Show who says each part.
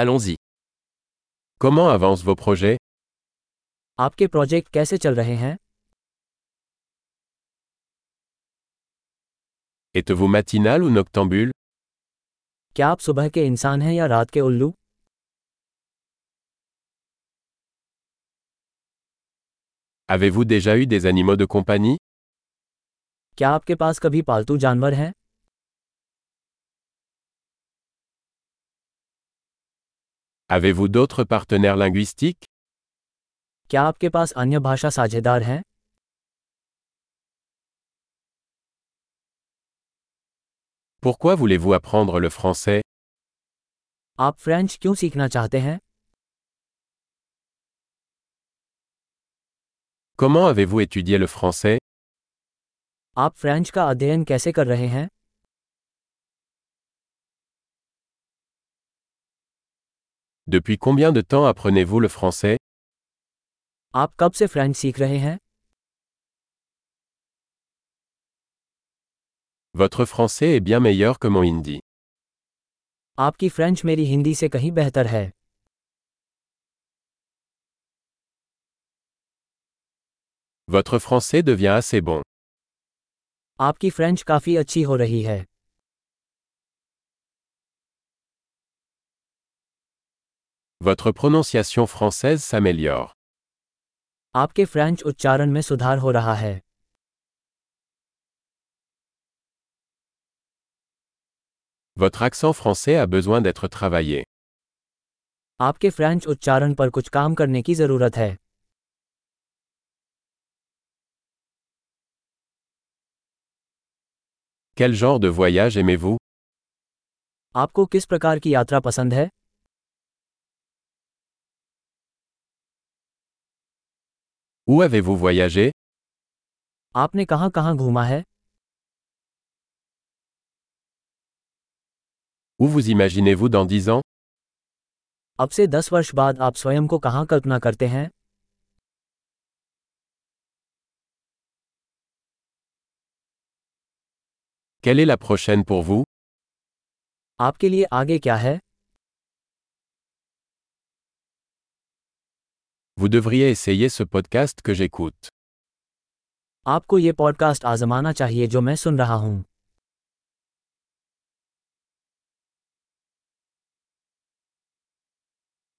Speaker 1: Allons-y. Comment avancent vos projets
Speaker 2: आपके project कैसे चल रहे हैं
Speaker 1: Êtes-vous matinal ou noctambule
Speaker 2: क्या आप सुबह के इंसान हैं या रात के उल्लू
Speaker 1: Avez-vous déjà eu des animaux de compagnie
Speaker 2: क्या आपके पास कभी पालतू जानवर हैं
Speaker 1: Avez-vous d'autres partenaires linguistiques
Speaker 2: क्या आपके पास अन्य भाषा साझेदार हैं
Speaker 1: Pourquoi voulez-vous apprendre le français
Speaker 2: आप फ्रेंच क्यों सीखना चाहते हैं
Speaker 1: Comment avez-vous étudié le français
Speaker 2: आप फ्रेंच का अध्ययन कैसे कर रहे हैं
Speaker 1: Depuis combien de temps apprenez-vous le français
Speaker 2: आप कब से फ्रेंच सीख रहे हैं
Speaker 1: Votre français est bien meilleur que mon hindi.
Speaker 2: आपकी फ्रेंच मेरी हिंदी से कहीं बेहतर है
Speaker 1: Votre français devient assez bon.
Speaker 2: आपकी फ्रेंच काफ़ी अच्छी हो रही है
Speaker 1: Votre prononciation française s'améliore.
Speaker 2: आपके फ्रेंच उच्चारण में सुधार हो रहा है
Speaker 1: Votre accent français a besoin d'être travaillé.
Speaker 2: आपके फ्रेंच उच्चारण पर कुछ काम करने की ज़रूरत है
Speaker 1: Quel genre de voyage aimez-vous
Speaker 2: आपको किस प्रकार की यात्रा पसंद है
Speaker 1: Où avez-vous voyagé
Speaker 2: आपने कहाँ कहाँ घूमा है
Speaker 1: Où vous imaginez-vous dans 10 ans
Speaker 2: अब से दस वर्ष बाद आप स्वयं को कहाँ कल्पना करते हैं
Speaker 1: Quelle est la prochaine pour vous
Speaker 2: आपके लिए आगे क्या है
Speaker 1: Vous devriez essayer ce podcast que j'écoute.
Speaker 2: आपको ये पॉडकास्ट आजमाना चाहिए जो मैं सुन रहा हूँ